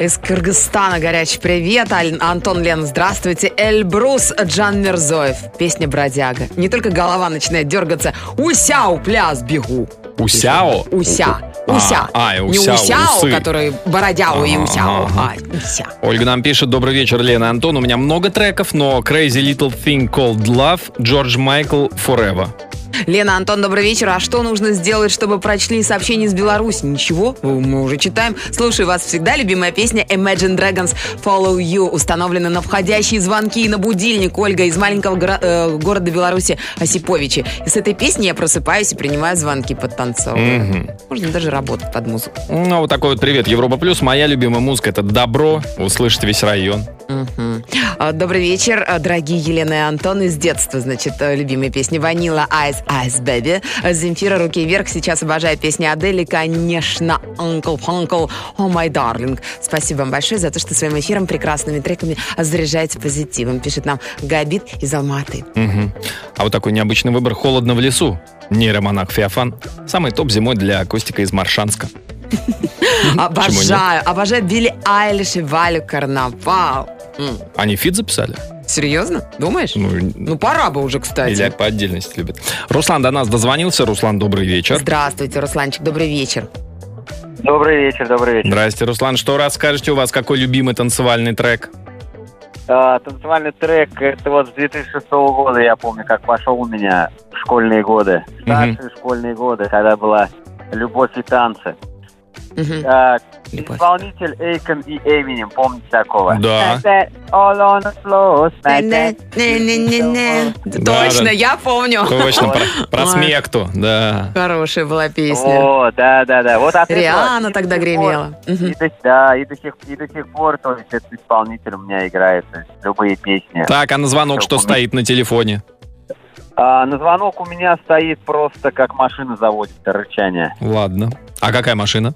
Speaker 4: Из Кыргызстана горячий привет. Аль- Антон Лен, здравствуйте. Эльбрус Джан Мирзоев. Песня «Бродяга». Не только голова начинает дергаться. Усяу, пляс, бегу.
Speaker 3: Усяо?
Speaker 4: Уся. Уся.
Speaker 3: А, а, и
Speaker 4: Не
Speaker 3: уся,
Speaker 4: усяо,
Speaker 3: усы.
Speaker 4: который бородяо и усяо, а уся.
Speaker 3: Ольга нам пишет, добрый вечер, Лена и Антон. У меня много треков, но Crazy Little Thing Called Love, Джордж Майкл, Forever.
Speaker 4: Лена, Антон, добрый вечер. А что нужно сделать, чтобы прочли сообщение из Беларуси? Ничего, мы уже читаем. Слушаю вас всегда. Любимая песня Imagine Dragons Follow You установлена на входящие звонки и на будильник. Ольга из маленького горо- э, города Беларуси Осиповичи. И с этой песни я просыпаюсь и принимаю звонки под Можно даже работать под музыку.
Speaker 3: Ну, вот такой вот привет, Европа Плюс. Моя любимая музыка — это «Добро», услышит весь район.
Speaker 4: Мгм. А, Добрый вечер, а, дорогие Елена и Антон. Из детства, значит, э, любимые песни «Ванила», «Айс», «Айс, Бэби», э, «Земфира», «Руки вверх». Сейчас обожаю песни Адели, конечно, «Uncle, Uncle», «О, май дарлинг». Спасибо вам большое за то, что своим эфиром, прекрасными треками заряжаете позитивом. Пишет нам Габит из Алматы.
Speaker 3: Мгм. А вот такой необычный выбор «Холодно в лесу». Нейромонах Феофан. Самый топ зимой для Костика из Маршанска.
Speaker 4: Обожаю, обожаю Билли Айлиш и Валю Карнавал. М,
Speaker 3: Они фит записали?
Speaker 4: Серьезно? Думаешь?
Speaker 3: Ну,
Speaker 4: Ну, пора бы уже, кстати.
Speaker 3: или по отдельности любят. Руслан до нас дозвонился. Руслан, добрый вечер.
Speaker 4: Здравствуйте, Русланчик, добрый вечер.
Speaker 7: Добрый вечер, добрый вечер.
Speaker 3: Здрасте, Руслан. Что расскажете у вас, какой любимый танцевальный трек?
Speaker 7: А, танцевальный трек, это вот с 2006 года, я помню, как пошел у меня в школьные годы. Старшие школьные годы, когда была «Любовь и танцы».
Speaker 4: Мгм.
Speaker 7: А,
Speaker 4: Любовь.
Speaker 7: исполнитель Эйкон и Эминем, помните такого?
Speaker 3: Да.
Speaker 7: That all on the floor, like that.
Speaker 4: Не-не-не-не.
Speaker 3: Да,
Speaker 4: Точно,
Speaker 3: да.
Speaker 4: я помню.
Speaker 3: Точно, про, про
Speaker 4: Ой.
Speaker 3: смекту, да.
Speaker 4: Хорошая была песня.
Speaker 7: О, да, да, да. Вот от этого
Speaker 4: Риана
Speaker 7: и
Speaker 4: тогда
Speaker 7: до сих
Speaker 4: гремела.
Speaker 7: пор-
Speaker 4: Мгм.
Speaker 7: И до, да, и до, сих, и до сих пор, то есть этот исполнитель у меня играет то есть, любые песни.
Speaker 3: Так, а на звонок что стоит на телефоне?
Speaker 7: А, на звонок у меня стоит просто как машина заводится, рычание.
Speaker 3: Ладно. А какая машина?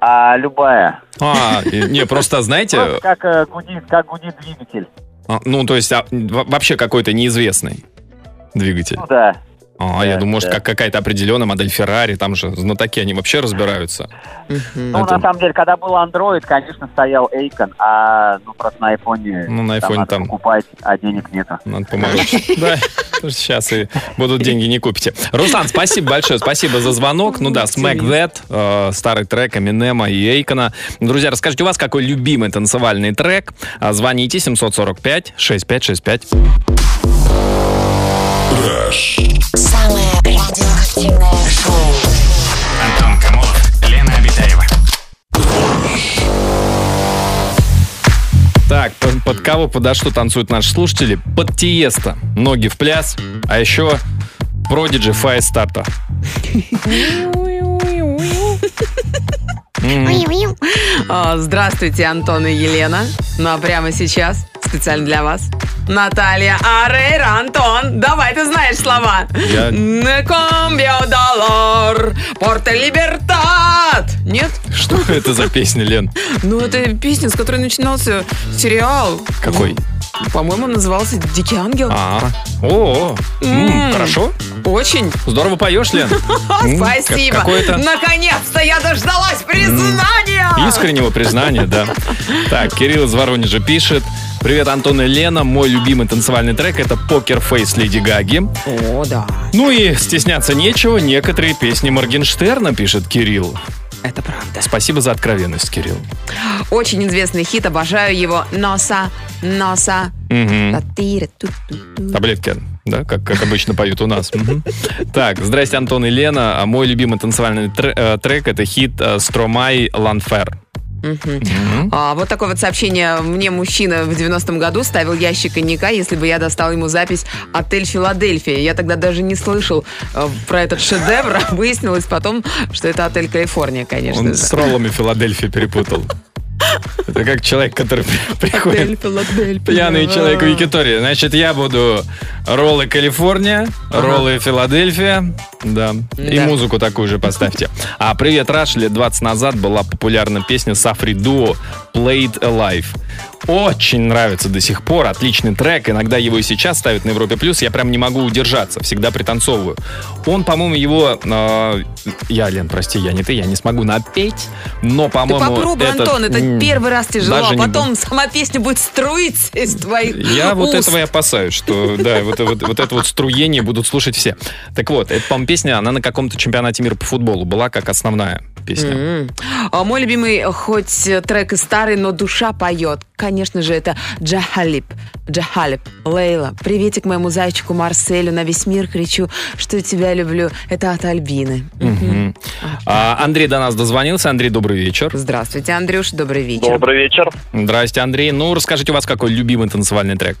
Speaker 7: А любая.
Speaker 3: А, и- не, просто,
Speaker 7: Просто
Speaker 3: знаете,
Speaker 7: как э, гудит, как гудит двигатель.
Speaker 3: а, ну, то есть а, в- вообще какой-то неизвестный двигатель.
Speaker 7: Ну да.
Speaker 3: А, я
Speaker 7: Да,
Speaker 3: думаю, может,
Speaker 7: да.
Speaker 3: как какая-то определенная модель Феррари, там же знатоки, они вообще разбираются.
Speaker 4: Мгм.
Speaker 7: Ну,
Speaker 3: Это-
Speaker 7: на самом деле, когда был Android, конечно, стоял Эйкон, а ну просто на айфоне.
Speaker 3: Ну, на айфоне
Speaker 7: надо
Speaker 3: там.
Speaker 7: покупать, а денег нету.
Speaker 3: Надо помочь. Да, сейчас и будут деньги, не купите. Руслан, спасибо большое, спасибо за звонок. Ну да, Smack That, э, старый трек Аминема и Эйкона. Друзья, расскажите, у вас какой любимый танцевальный трек? А, Звоните 745-6565.
Speaker 1: Самое радиоактивное шоу.
Speaker 5: Антон Камолов, Лена Обитаева.
Speaker 3: Так, п- под кого, подо что танцуют наши слушатели? Под Тиеста. Ноги в пляс. А еще Продиджи Фай Старта.
Speaker 4: А, Здравствуйте, Антон и Елена. Ну а прямо сейчас, специально для вас, Наталья Арейра. Антон, давай, ты знаешь слова.
Speaker 3: Я-
Speaker 4: Не Комбио долор, порте либертат. Нет?
Speaker 3: Что это за песня, Лен?
Speaker 4: Ну, это песня, с которой начинался сериал.
Speaker 3: Какой?
Speaker 4: По-моему, он назывался «Дикий ангел».
Speaker 3: А, о, м,
Speaker 4: М.
Speaker 3: хорошо.
Speaker 4: Очень.
Speaker 3: Здорово поешь, Лен.
Speaker 4: А,
Speaker 3: М, как-
Speaker 4: спасибо.
Speaker 3: какое-то-
Speaker 4: Наконец-то я дождалась признания.
Speaker 3: Искреннего признания, да. Так, Кирилл из Воронежа пишет. Привет, Антон и Лена. Мой любимый танцевальный трек — это «Покер Фейс» Леди Гаги.
Speaker 4: О, да.
Speaker 3: Ну и стесняться нечего, некоторые песни Моргенштерна, пишет Кирилл.
Speaker 4: Это правда.
Speaker 3: Спасибо за откровенность, Кирилл.
Speaker 4: Очень известный хит, обожаю его. Носа, носа.
Speaker 3: Мгм.
Speaker 4: Татыра, ту-ту-ту.
Speaker 3: Таблетки, да, как, как обычно поют у нас. Мгм. Так, здрасте, Антон и Лена. А Мой любимый танцевальный тре- э, трек — это хит э, «Стромай Ланфер».
Speaker 4: Мгм.
Speaker 3: Мгм.
Speaker 4: А, вот такое вот сообщение. Мне мужчина в 90-м году ставил ящик коньяка, если бы я достал ему запись «Отель Филадельфия». Я тогда даже не слышал э, про этот шедевр. а Выяснилось потом, что это «Отель Калифорния», конечно
Speaker 3: Он
Speaker 4: же.
Speaker 3: с роллами Филадельфию перепутал. Это как человек, который приходит
Speaker 4: «Отель Филадельфия».
Speaker 3: Пьяный человек
Speaker 4: А.
Speaker 3: в Якитории. Значит, я буду роллы Калифорния, роллы Филадельфия. Да. И
Speaker 4: Да.
Speaker 3: музыку такую же поставьте. А «Привет, Раш» лет 20 назад была популярна песня Сафри Дуо «Played Alive». очень нравится до сих пор. Отличный трек. Иногда его и сейчас ставят на Европе Плюс. Я прям не могу удержаться. Всегда пританцовываю. Он, по-моему, его... э, я, Лен, прости, я не ты, я не смогу напеть. Но,
Speaker 4: Ты
Speaker 3: по-моему...
Speaker 4: попробуй,
Speaker 3: этот,
Speaker 4: Антон, это
Speaker 3: м,
Speaker 4: первый раз тяжело,
Speaker 3: даже
Speaker 4: а
Speaker 3: не
Speaker 4: потом сама песня будет струиться из твоих
Speaker 3: Я вот
Speaker 4: уст.
Speaker 3: этого и опасаюсь, что да, вот, вот- вот это вот струение будут слушать все. Так вот, эта, по-моему, песня, она на каком-то чемпионате мира по футболу была как основная песня.
Speaker 4: М. А Мой любимый, хоть трек и старый, но душа поет. Конечно же, это Джахалип. Джахалип. Лейла, приветик моему зайчику Марселю. На весь мир кричу, что тебя люблю. Это от Альбины.
Speaker 3: Мгм. А, Андрей до нас дозвонился. Андрей, добрый вечер.
Speaker 4: Здравствуйте, Андрюш, добрый вечер.
Speaker 8: Добрый вечер.
Speaker 3: Здрасте, Андрей. Ну, расскажите, у вас какой любимый танцевальный трек?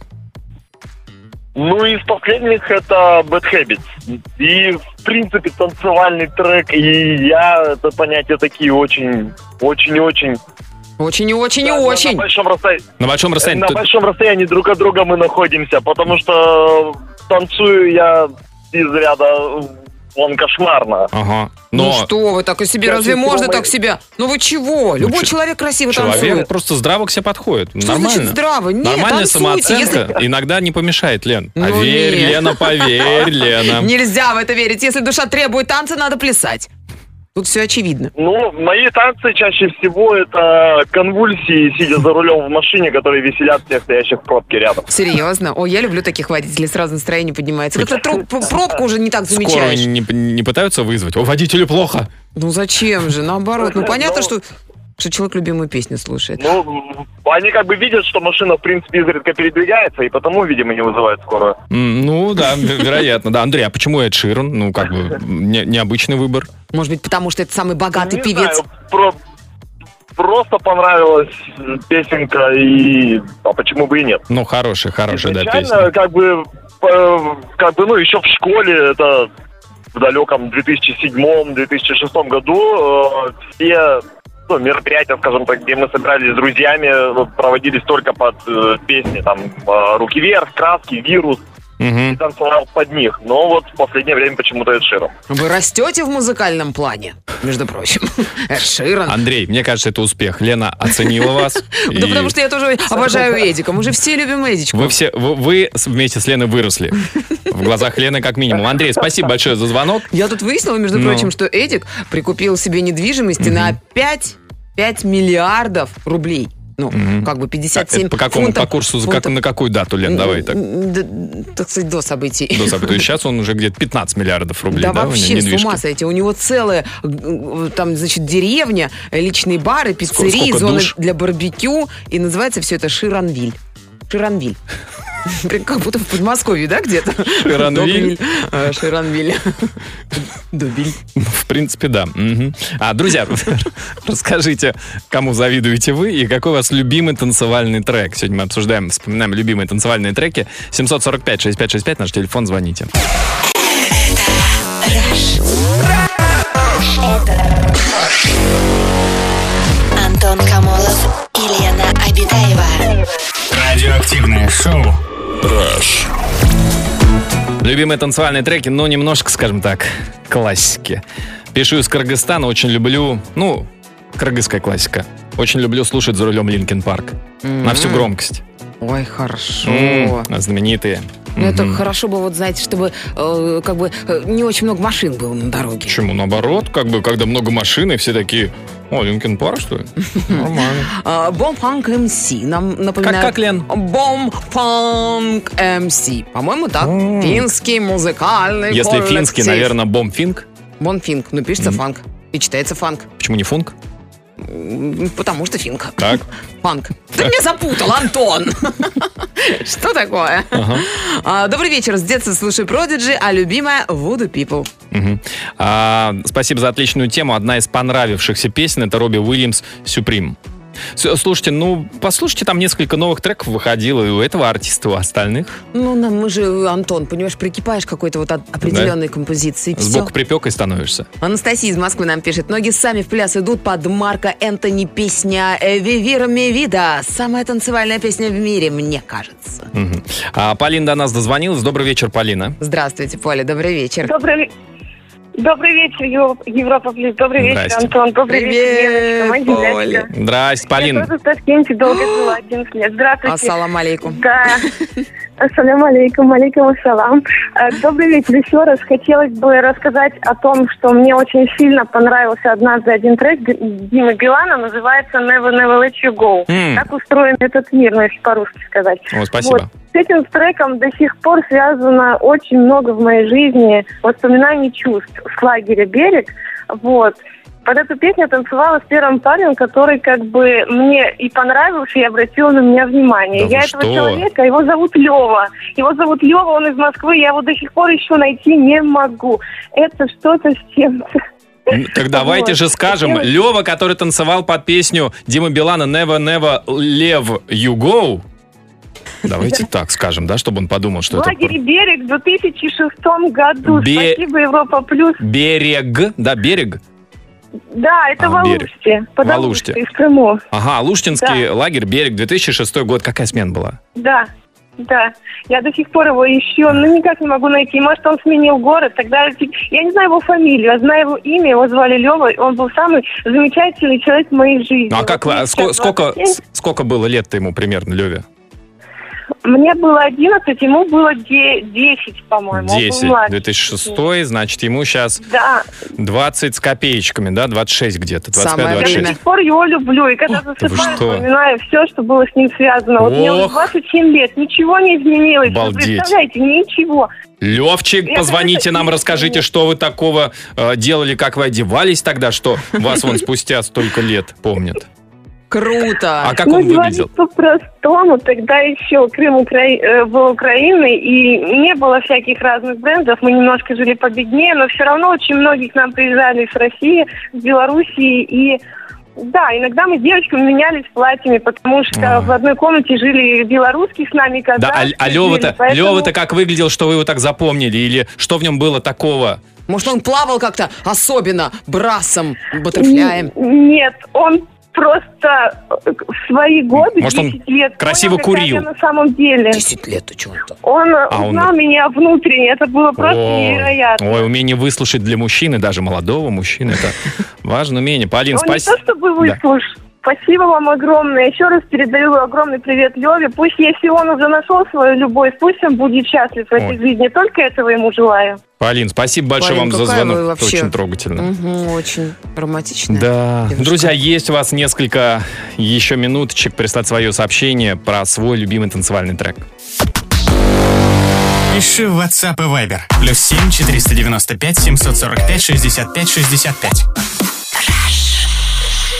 Speaker 8: Ну, из последних это Bad Habits. И, в принципе, танцевальный трек, и я, это понятие такие очень, очень-очень...
Speaker 4: Очень и очень и
Speaker 8: Да, На,
Speaker 4: очень.
Speaker 8: большом расстоя-
Speaker 3: На большом расстоянии?
Speaker 8: на
Speaker 3: Тут-
Speaker 8: большом расстоянии друг от друга мы находимся, потому что танцую я из ряда э, вон кошмарно.
Speaker 3: Ага. Но
Speaker 4: Ну что вы, так и себе,
Speaker 8: Я
Speaker 4: разве
Speaker 8: чуть
Speaker 4: можно
Speaker 8: думаю-
Speaker 4: так себя? Ну вы чего? Любой
Speaker 3: че-
Speaker 4: человек красиво
Speaker 3: человек
Speaker 4: танцует.
Speaker 3: просто здраво к себе подходит.
Speaker 4: Что
Speaker 3: Нормально.
Speaker 4: значит здраво? Нет,
Speaker 3: Нормальная
Speaker 4: танцуйте, если-
Speaker 3: самооценка
Speaker 4: [LAUGHS]
Speaker 3: иногда не помешает, Лен.
Speaker 4: Ну,
Speaker 3: Поверь,
Speaker 4: нет.
Speaker 3: Лена,
Speaker 4: [LAUGHS]
Speaker 3: поверь, Лена.
Speaker 4: Нельзя в это верить. Если душа требует танца, надо плясать. Тут все очевидно.
Speaker 8: Ну, мои танцы чаще всего это конвульсии, сидя за рулем в машине, которые веселят всех стоящих в пробке рядом.
Speaker 4: Серьезно? О, я люблю таких водителей, сразу настроение поднимается. Как-то тру- п- пробку уже не так
Speaker 3: Скорую
Speaker 4: замечаешь.
Speaker 3: не, не пытаются вызвать. О, водителю плохо.
Speaker 4: Ну зачем же? Наоборот. Ну понятно,
Speaker 8: Ну.
Speaker 4: что, что человек любимую песню слушает.
Speaker 8: Ну, они как бы видят, что машина, в принципе, изредка передвигается, и потому, видимо, не вызывает скорую.
Speaker 3: М, Ну да, [LAUGHS] ве- вероятно. Да, Андрей, а почему Эд Ширен? Ну, как бы, не- необычный выбор.
Speaker 4: Может быть, потому что это самый
Speaker 3: ну,
Speaker 4: богатый
Speaker 8: Не
Speaker 4: А певец.
Speaker 8: знаю, про- Просто понравилась э, песенка, и... А почему бы и нет?
Speaker 3: Ну, хороший, хороший, да,
Speaker 8: Изначально,
Speaker 3: песня.
Speaker 8: как бы, э, как бы, ну, еще в школе, это в далеком 2007-2006 году, э, все ну, мероприятия, скажем так, где мы собирались с друзьями, ну, проводились только под э, песни, там, э, «Руки вверх», «Краски», «Вирус», и
Speaker 3: Мгм.
Speaker 8: танцевал под них. Но вот в последнее время почему-то Эд Ширан.
Speaker 4: Вы растете в музыкальном плане, между прочим. [LAUGHS] Э, Эд Ширан.
Speaker 3: Андрей, мне кажется, это успех. Лена оценила
Speaker 4: [LAUGHS]
Speaker 3: вас. и
Speaker 4: Да потому что я тоже обожаю Эдика. Мы же все любим Эдичку.
Speaker 3: Вы все, вы, вы с- вместе с Леной выросли. В глазах Лены как минимум. Андрей, спасибо большое за звонок.
Speaker 4: Я тут выяснила, между
Speaker 3: Ну.
Speaker 4: прочим, что Эдик прикупил себе недвижимости на 5, 5 миллиардов рублей. Ну,
Speaker 3: Мгм.
Speaker 4: как бы
Speaker 3: Так,
Speaker 4: 57
Speaker 3: это по какому,
Speaker 4: фунтов-
Speaker 3: по курсу, за-
Speaker 4: фунтов.
Speaker 3: как, на какую дату, Лен, давай так.
Speaker 4: М, да, так сказать, до событий. [LAUGHS]
Speaker 3: До событий. То есть сейчас он уже где-то 15 миллиардов рублей,
Speaker 4: Да,
Speaker 3: да, у него
Speaker 4: вообще, с
Speaker 3: недвижки?
Speaker 4: ума сойти. У него целая, э, э, там, значит, деревня, э, личные бары, пиццерии,
Speaker 3: сколько
Speaker 4: зоны
Speaker 3: душ?
Speaker 4: для барбекю. И называется все это Ширанвиль.
Speaker 3: [LAUGHS]
Speaker 4: Ширанвиль. Прям Как будто в Подмосковье, да, где-то?
Speaker 3: Ширанвиль.
Speaker 4: Добриль,
Speaker 3: [LAUGHS]
Speaker 4: э, Ширанвиль. Дубиль.
Speaker 3: В принципе, да. Мгм. А, друзья, [LAUGHS] расскажите, кому завидуете вы и какой у вас любимый танцевальный трек. Сегодня мы обсуждаем, вспоминаем любимые танцевальные треки. 745-6565, наш телефон, звоните.
Speaker 1: Антон Камолов и Лена Обедаева.
Speaker 5: Радиоактивное шоу.
Speaker 3: Любимые танцевальные треки, но немножко, скажем так, классики. Пишу из Кыргызстана, очень люблю, ну, кыргызская классика. Очень люблю слушать за рулем Линкин Парк. На всю громкость.
Speaker 4: Ой, хорошо.
Speaker 3: М, знаменитые.
Speaker 4: Ну, это
Speaker 3: Мгм.
Speaker 4: хорошо бы, вот знаете, чтобы э, как бы э, не очень много машин было на дороге.
Speaker 3: Почему? Наоборот, как бы, когда много машин, и все такие, о, Линкин Парк, что ли? Нормально.
Speaker 4: А, Бомб-панк МС нам напоминает...
Speaker 3: как, Лен?
Speaker 4: Бомб-панк МС. По-моему, так.
Speaker 3: М.
Speaker 4: Финский музыкальный
Speaker 3: Если
Speaker 4: коллектив.
Speaker 3: финский, наверное, бомбфинк.
Speaker 4: Бомб-финк. Ну, пишется фанк. И читается фанк.
Speaker 3: Почему не функ?
Speaker 4: М, Потому что финк.
Speaker 3: Так.
Speaker 4: Фанк. Ты меня запутал, Антон! [LAUGHS] Что такое?
Speaker 3: Ага.
Speaker 4: А, Добрый вечер. С детства слушаю Продиджи, а любимая Voodoo People.
Speaker 3: Мгм. А, спасибо за отличную тему. Одна из понравившихся песен это Робби Уильямс Сюприм. С- Слушайте, ну послушайте, там несколько новых треков выходило и у этого артиста, и у остальных.
Speaker 4: Ну, нам мы же, Антон, понимаешь, прикипаешь к какой-то вот от- определенной композиции. и всё.
Speaker 3: Сбоку припекой становишься.
Speaker 4: Анастасия из Москвы нам пишет. Ноги сами в пляс идут под Марка Энтони песня э, «Вивир Мевида». Самая танцевальная песня в мире, мне кажется.
Speaker 3: Мгм. А Полина до нас дозвонилась. Добрый вечер, Полина.
Speaker 4: Здравствуйте, Поля, добрый вечер.
Speaker 9: Добрый, ве- Добрый вечер, Ев- Европа Плюс. Добрый вечер,
Speaker 3: Здрасте.
Speaker 9: Антон. Добрый вечер, Леночка,
Speaker 4: Привет,
Speaker 9: моя
Speaker 4: Оля.
Speaker 9: девочка.
Speaker 3: Здрасте,
Speaker 9: Я
Speaker 3: Полин.
Speaker 9: тоже в Ташкенте долго жила, 11 лет. Здравствуйте.
Speaker 4: Ассаламу алейкум.
Speaker 9: Да. Ассаляму алейкум, алейкум ассалам. Э, Добрый вечер. Еще раз хотелось бы рассказать о том, что мне очень сильно понравился однажды один трек Д- Димы Билана, называется «Never, never let you go».
Speaker 3: М.
Speaker 9: Так устроен этот мир, ну, если по-русски сказать.
Speaker 3: О, спасибо.
Speaker 9: Вот. С этим треком до сих пор связано очень много в моей жизни воспоминаний и чувств с лагеря «Берег». Вот. Под эту песню я танцевала с первым парнем, который как бы мне и понравился, и обратил на меня внимание.
Speaker 3: Да
Speaker 9: я
Speaker 3: вы
Speaker 9: этого
Speaker 3: что?
Speaker 9: человека, его зовут Лева. Его зовут Лева, он из Москвы, я его до сих пор еще найти не могу. Это что-то с чем-то.
Speaker 3: М, Ну, Так давайте
Speaker 9: Вот.
Speaker 3: же скажем,
Speaker 9: Хотелось-
Speaker 3: Лева, который танцевал под песню Дима Билана «Never, never, Лев, you go», Давайте так скажем, да, чтобы он подумал, что это...
Speaker 9: Лагерь «Берег» в 2006 году.
Speaker 3: Бе-
Speaker 9: Спасибо, Европа Плюс.
Speaker 3: Берег, да, берег.
Speaker 9: Да, это
Speaker 3: А,
Speaker 9: в
Speaker 3: «Берег».
Speaker 9: Алуште. под
Speaker 3: Алуште.
Speaker 9: Алуштой, в Крыму.
Speaker 3: Ага, Луштинский лагерь, берег, 2006 год. Какая смена была?
Speaker 9: Да, да. Я до сих пор его ищу, но никак не могу найти. Может, он сменил город, тогда... Я не знаю его фамилию, я знаю его имя, его звали Лева, и он был самый замечательный человек в моей жизни.
Speaker 3: Ну, а как,
Speaker 9: Вот мне
Speaker 3: а ско-
Speaker 9: сейчас
Speaker 3: сколько,
Speaker 9: 27,
Speaker 3: с- сколько было лет-то ему примерно, Леве?
Speaker 9: Мне было 11, ему было де- 10, по-моему. он был
Speaker 3: 10,
Speaker 9: младше.
Speaker 3: 2006, значит, ему сейчас
Speaker 9: Да,
Speaker 3: 20 с копеечками, да, 26 где-то,
Speaker 4: Самое
Speaker 3: 25-26.
Speaker 9: я до
Speaker 4: время.
Speaker 9: сих пор его люблю, и когда
Speaker 3: ты
Speaker 9: засыпаю,
Speaker 3: что?
Speaker 9: вспоминаю все, что было с ним связано. Вот мне уже
Speaker 3: Ох.
Speaker 9: 27 лет, ничего не изменилось. Вы
Speaker 3: Обалдеть.
Speaker 9: представляете, ничего.
Speaker 3: Левчик,
Speaker 9: Я
Speaker 3: позвоните
Speaker 9: просто-
Speaker 3: нам, расскажите, что вы такого э, делали, как вы одевались тогда, что вас вон спустя столько лет помнят.
Speaker 4: Круто.
Speaker 3: А как
Speaker 9: ну,
Speaker 3: он
Speaker 9: говорить
Speaker 3: выглядел?
Speaker 9: по-простому, тогда еще Крым Укра... э, был Украиной, и не было всяких разных брендов, мы немножко жили победнее, но все равно очень многие к нам приезжали с России, с Белоруссии, и да, иногда мы девочкам менялись платьями, потому что
Speaker 3: Ой.
Speaker 9: в одной комнате жили белорусские с нами,
Speaker 3: А. Да, а,
Speaker 9: казахские
Speaker 3: а
Speaker 9: жили,
Speaker 3: Лева-то,
Speaker 9: поэтому-
Speaker 3: Лева-то как выглядел, что вы его так запомнили? Или что в нем было такого?
Speaker 4: Может, он плавал как-то особенно брасом, баттерфляем?
Speaker 9: Н- Нет, он просто э, в свои годы,
Speaker 3: Может, он
Speaker 9: 10 лет,
Speaker 3: красиво
Speaker 9: понял, какая
Speaker 3: курил?
Speaker 9: я на самом деле.
Speaker 4: Десять лет, ты чего это?
Speaker 9: Он э,
Speaker 3: А он-
Speaker 9: узнал меня внутренне, это было просто
Speaker 3: Ой,
Speaker 9: невероятно.
Speaker 3: Ой, умение выслушать для мужчины, даже молодого мужчины, это
Speaker 9: [LAUGHS]
Speaker 3: важное умение. Полин,
Speaker 9: Он Ну, не
Speaker 3: спасибо.
Speaker 9: то чтобы выслушал. Спасибо вам огромное. Еще раз передаю огромный привет Леве. Пусть, если он уже нашел свою любовь, пусть он будет счастлив в
Speaker 3: Ой.
Speaker 9: этой жизни. Только этого ему желаю.
Speaker 3: Полин, спасибо большое
Speaker 4: Полин,
Speaker 3: вам за
Speaker 4: какая
Speaker 3: звонок.
Speaker 4: вы
Speaker 3: Это
Speaker 4: вообще?
Speaker 3: очень трогательно.
Speaker 4: Мгм, очень романтично.
Speaker 3: Да.
Speaker 4: Девушка.
Speaker 3: Друзья, есть у вас несколько еще минуточек прислать свое сообщение про свой любимый танцевальный трек.
Speaker 5: Пиши в WhatsApp и Viber. Плюс 7 495 745 65 65.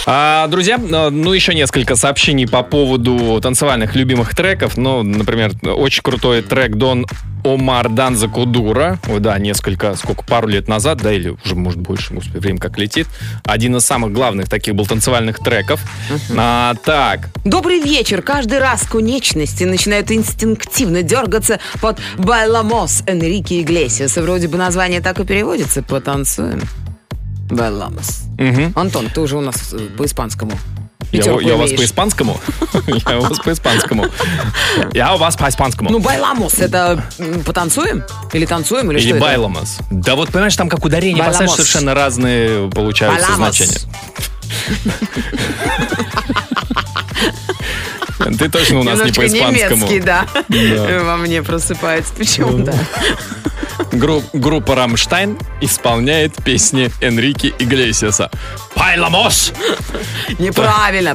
Speaker 3: А, друзья, э, ну еще несколько сообщений по поводу танцевальных любимых треков. Ну, например, очень крутой трек Дон Омар Данза Кудура. Ой, да, несколько, сколько, пару лет назад, да, или уже, может, больше, господи, время как летит. Один из самых главных таких был танцевальных треков. А, так,
Speaker 4: Добрый вечер. Каждый раз конечности начинают инстинктивно дергаться под «Байламос» Энрике Иглесиаса. Вроде бы название так и переводится. Потанцуем. «Байламос».
Speaker 3: мгм.
Speaker 4: Антон, ты уже у нас э, по-испанскому.
Speaker 3: Я,
Speaker 4: Пятерку
Speaker 3: у- я у вас
Speaker 4: имеешь.
Speaker 3: по-испанскому? [LAUGHS] Я у вас по-испанскому. Я у вас по-испанскому.
Speaker 4: Ну, «Байламос» — это м, потанцуем? Или танцуем, или, что
Speaker 3: Или
Speaker 4: это?
Speaker 3: Байламос. Да вот, понимаешь, там как ударение,
Speaker 4: Байламос.
Speaker 3: поставишь, совершенно разные получаются
Speaker 4: Байламос.
Speaker 3: значения. Ты точно у нас не
Speaker 4: Немножечко
Speaker 3: по-испанскому.
Speaker 4: немецкий, да.
Speaker 3: [LAUGHS] Да. Ну,
Speaker 4: Во мне просыпается. Почему, да?
Speaker 3: Гру- группа «Рамштайн» исполняет песни Энрике Иглесиаса. «Байламос!»
Speaker 4: Неправильно.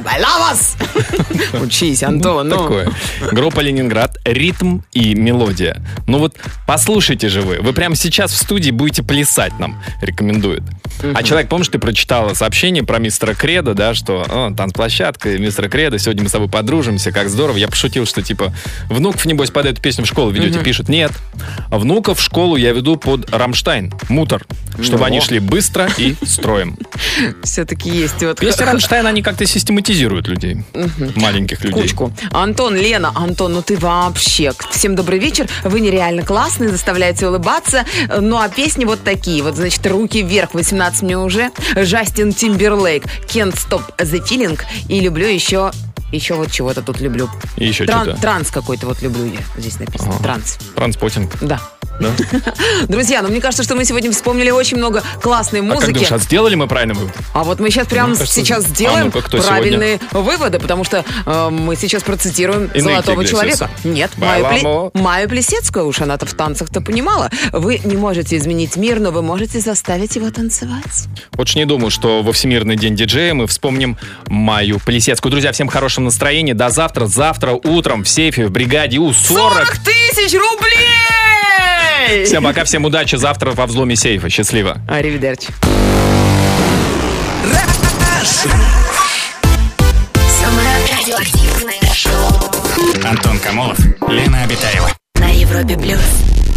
Speaker 3: [LAUGHS]
Speaker 4: «Байламос». Учись, Антон. ну.
Speaker 3: Такое. Группа «Ленинград», ритм и мелодия. Ну вот послушайте же вы. Вы прямо сейчас в студии будете плясать нам, рекомендует. А человек, помнишь, ты прочитала сообщение про мистера Креда, да, что «О, танцплощадка, и мистер Кредо, сегодня мы с тобой подружимся, как здорово. Я пошутил, что типа внуков, небось, под эту песню в школу ведете, пишет. Нет. Внуков в школу я веду под Рамштайн, мутор, чтобы
Speaker 4: Ну.
Speaker 3: они шли быстро и
Speaker 4: [LAUGHS]
Speaker 3: строем.
Speaker 4: Все-таки есть вот
Speaker 3: Песни Рамштайна, они как-то систематизируют людей, маленьких людей.
Speaker 4: кучку. Антон, Лена, Антон, ну ты вообще. Всем добрый вечер. Вы нереально классные, заставляете улыбаться. Ну а песни вот такие. Вот, значит, «Руки вверх», «18 мне уже», Жастин Тимберлейк, «Can't stop the feeling» и люблю еще... Еще вот чего-то тут люблю.
Speaker 3: И еще
Speaker 4: Тран-
Speaker 3: что-то.
Speaker 4: транс какой-то вот люблю я. Здесь написано.
Speaker 3: Ага.
Speaker 4: Транс.
Speaker 3: Транспотинг.
Speaker 4: Да.
Speaker 3: Да.
Speaker 4: [LAUGHS] Друзья, ну мне кажется, что мы сегодня вспомнили очень много классной
Speaker 3: А как
Speaker 4: музыки.
Speaker 3: думаешь, а сделали мы правильно вывод?
Speaker 4: А вот мы сейчас прямо
Speaker 3: Мне кажется,
Speaker 4: сейчас
Speaker 3: а
Speaker 4: сделаем
Speaker 3: ну-ка, кто
Speaker 4: правильные выводы, потому что э, мы сейчас процитируем
Speaker 3: Иннокентия
Speaker 4: золотого
Speaker 3: Иглесиаса.
Speaker 4: человека. Нет, Маю,
Speaker 3: Баламо.
Speaker 4: Пле- Маю Плесецкую уж она-то в танцах-то понимала. Вы не можете изменить мир, но вы можете заставить его танцевать.
Speaker 3: Очень не думаю, что во Всемирный день диджея мы вспомним Маю Плесецкую. Друзья, всем хорошего настроения. До завтра. Завтра утром в сейфе в бригаде У-40.
Speaker 4: тысяч рублей!
Speaker 3: Всем пока, всем удачи. Завтра во взломе сейфа. Счастливо.
Speaker 4: Аривидерчи.
Speaker 1: Самое радиоактивное шоу
Speaker 5: Антон Камолов, Лена Обитаева.
Speaker 1: на Европе плюс.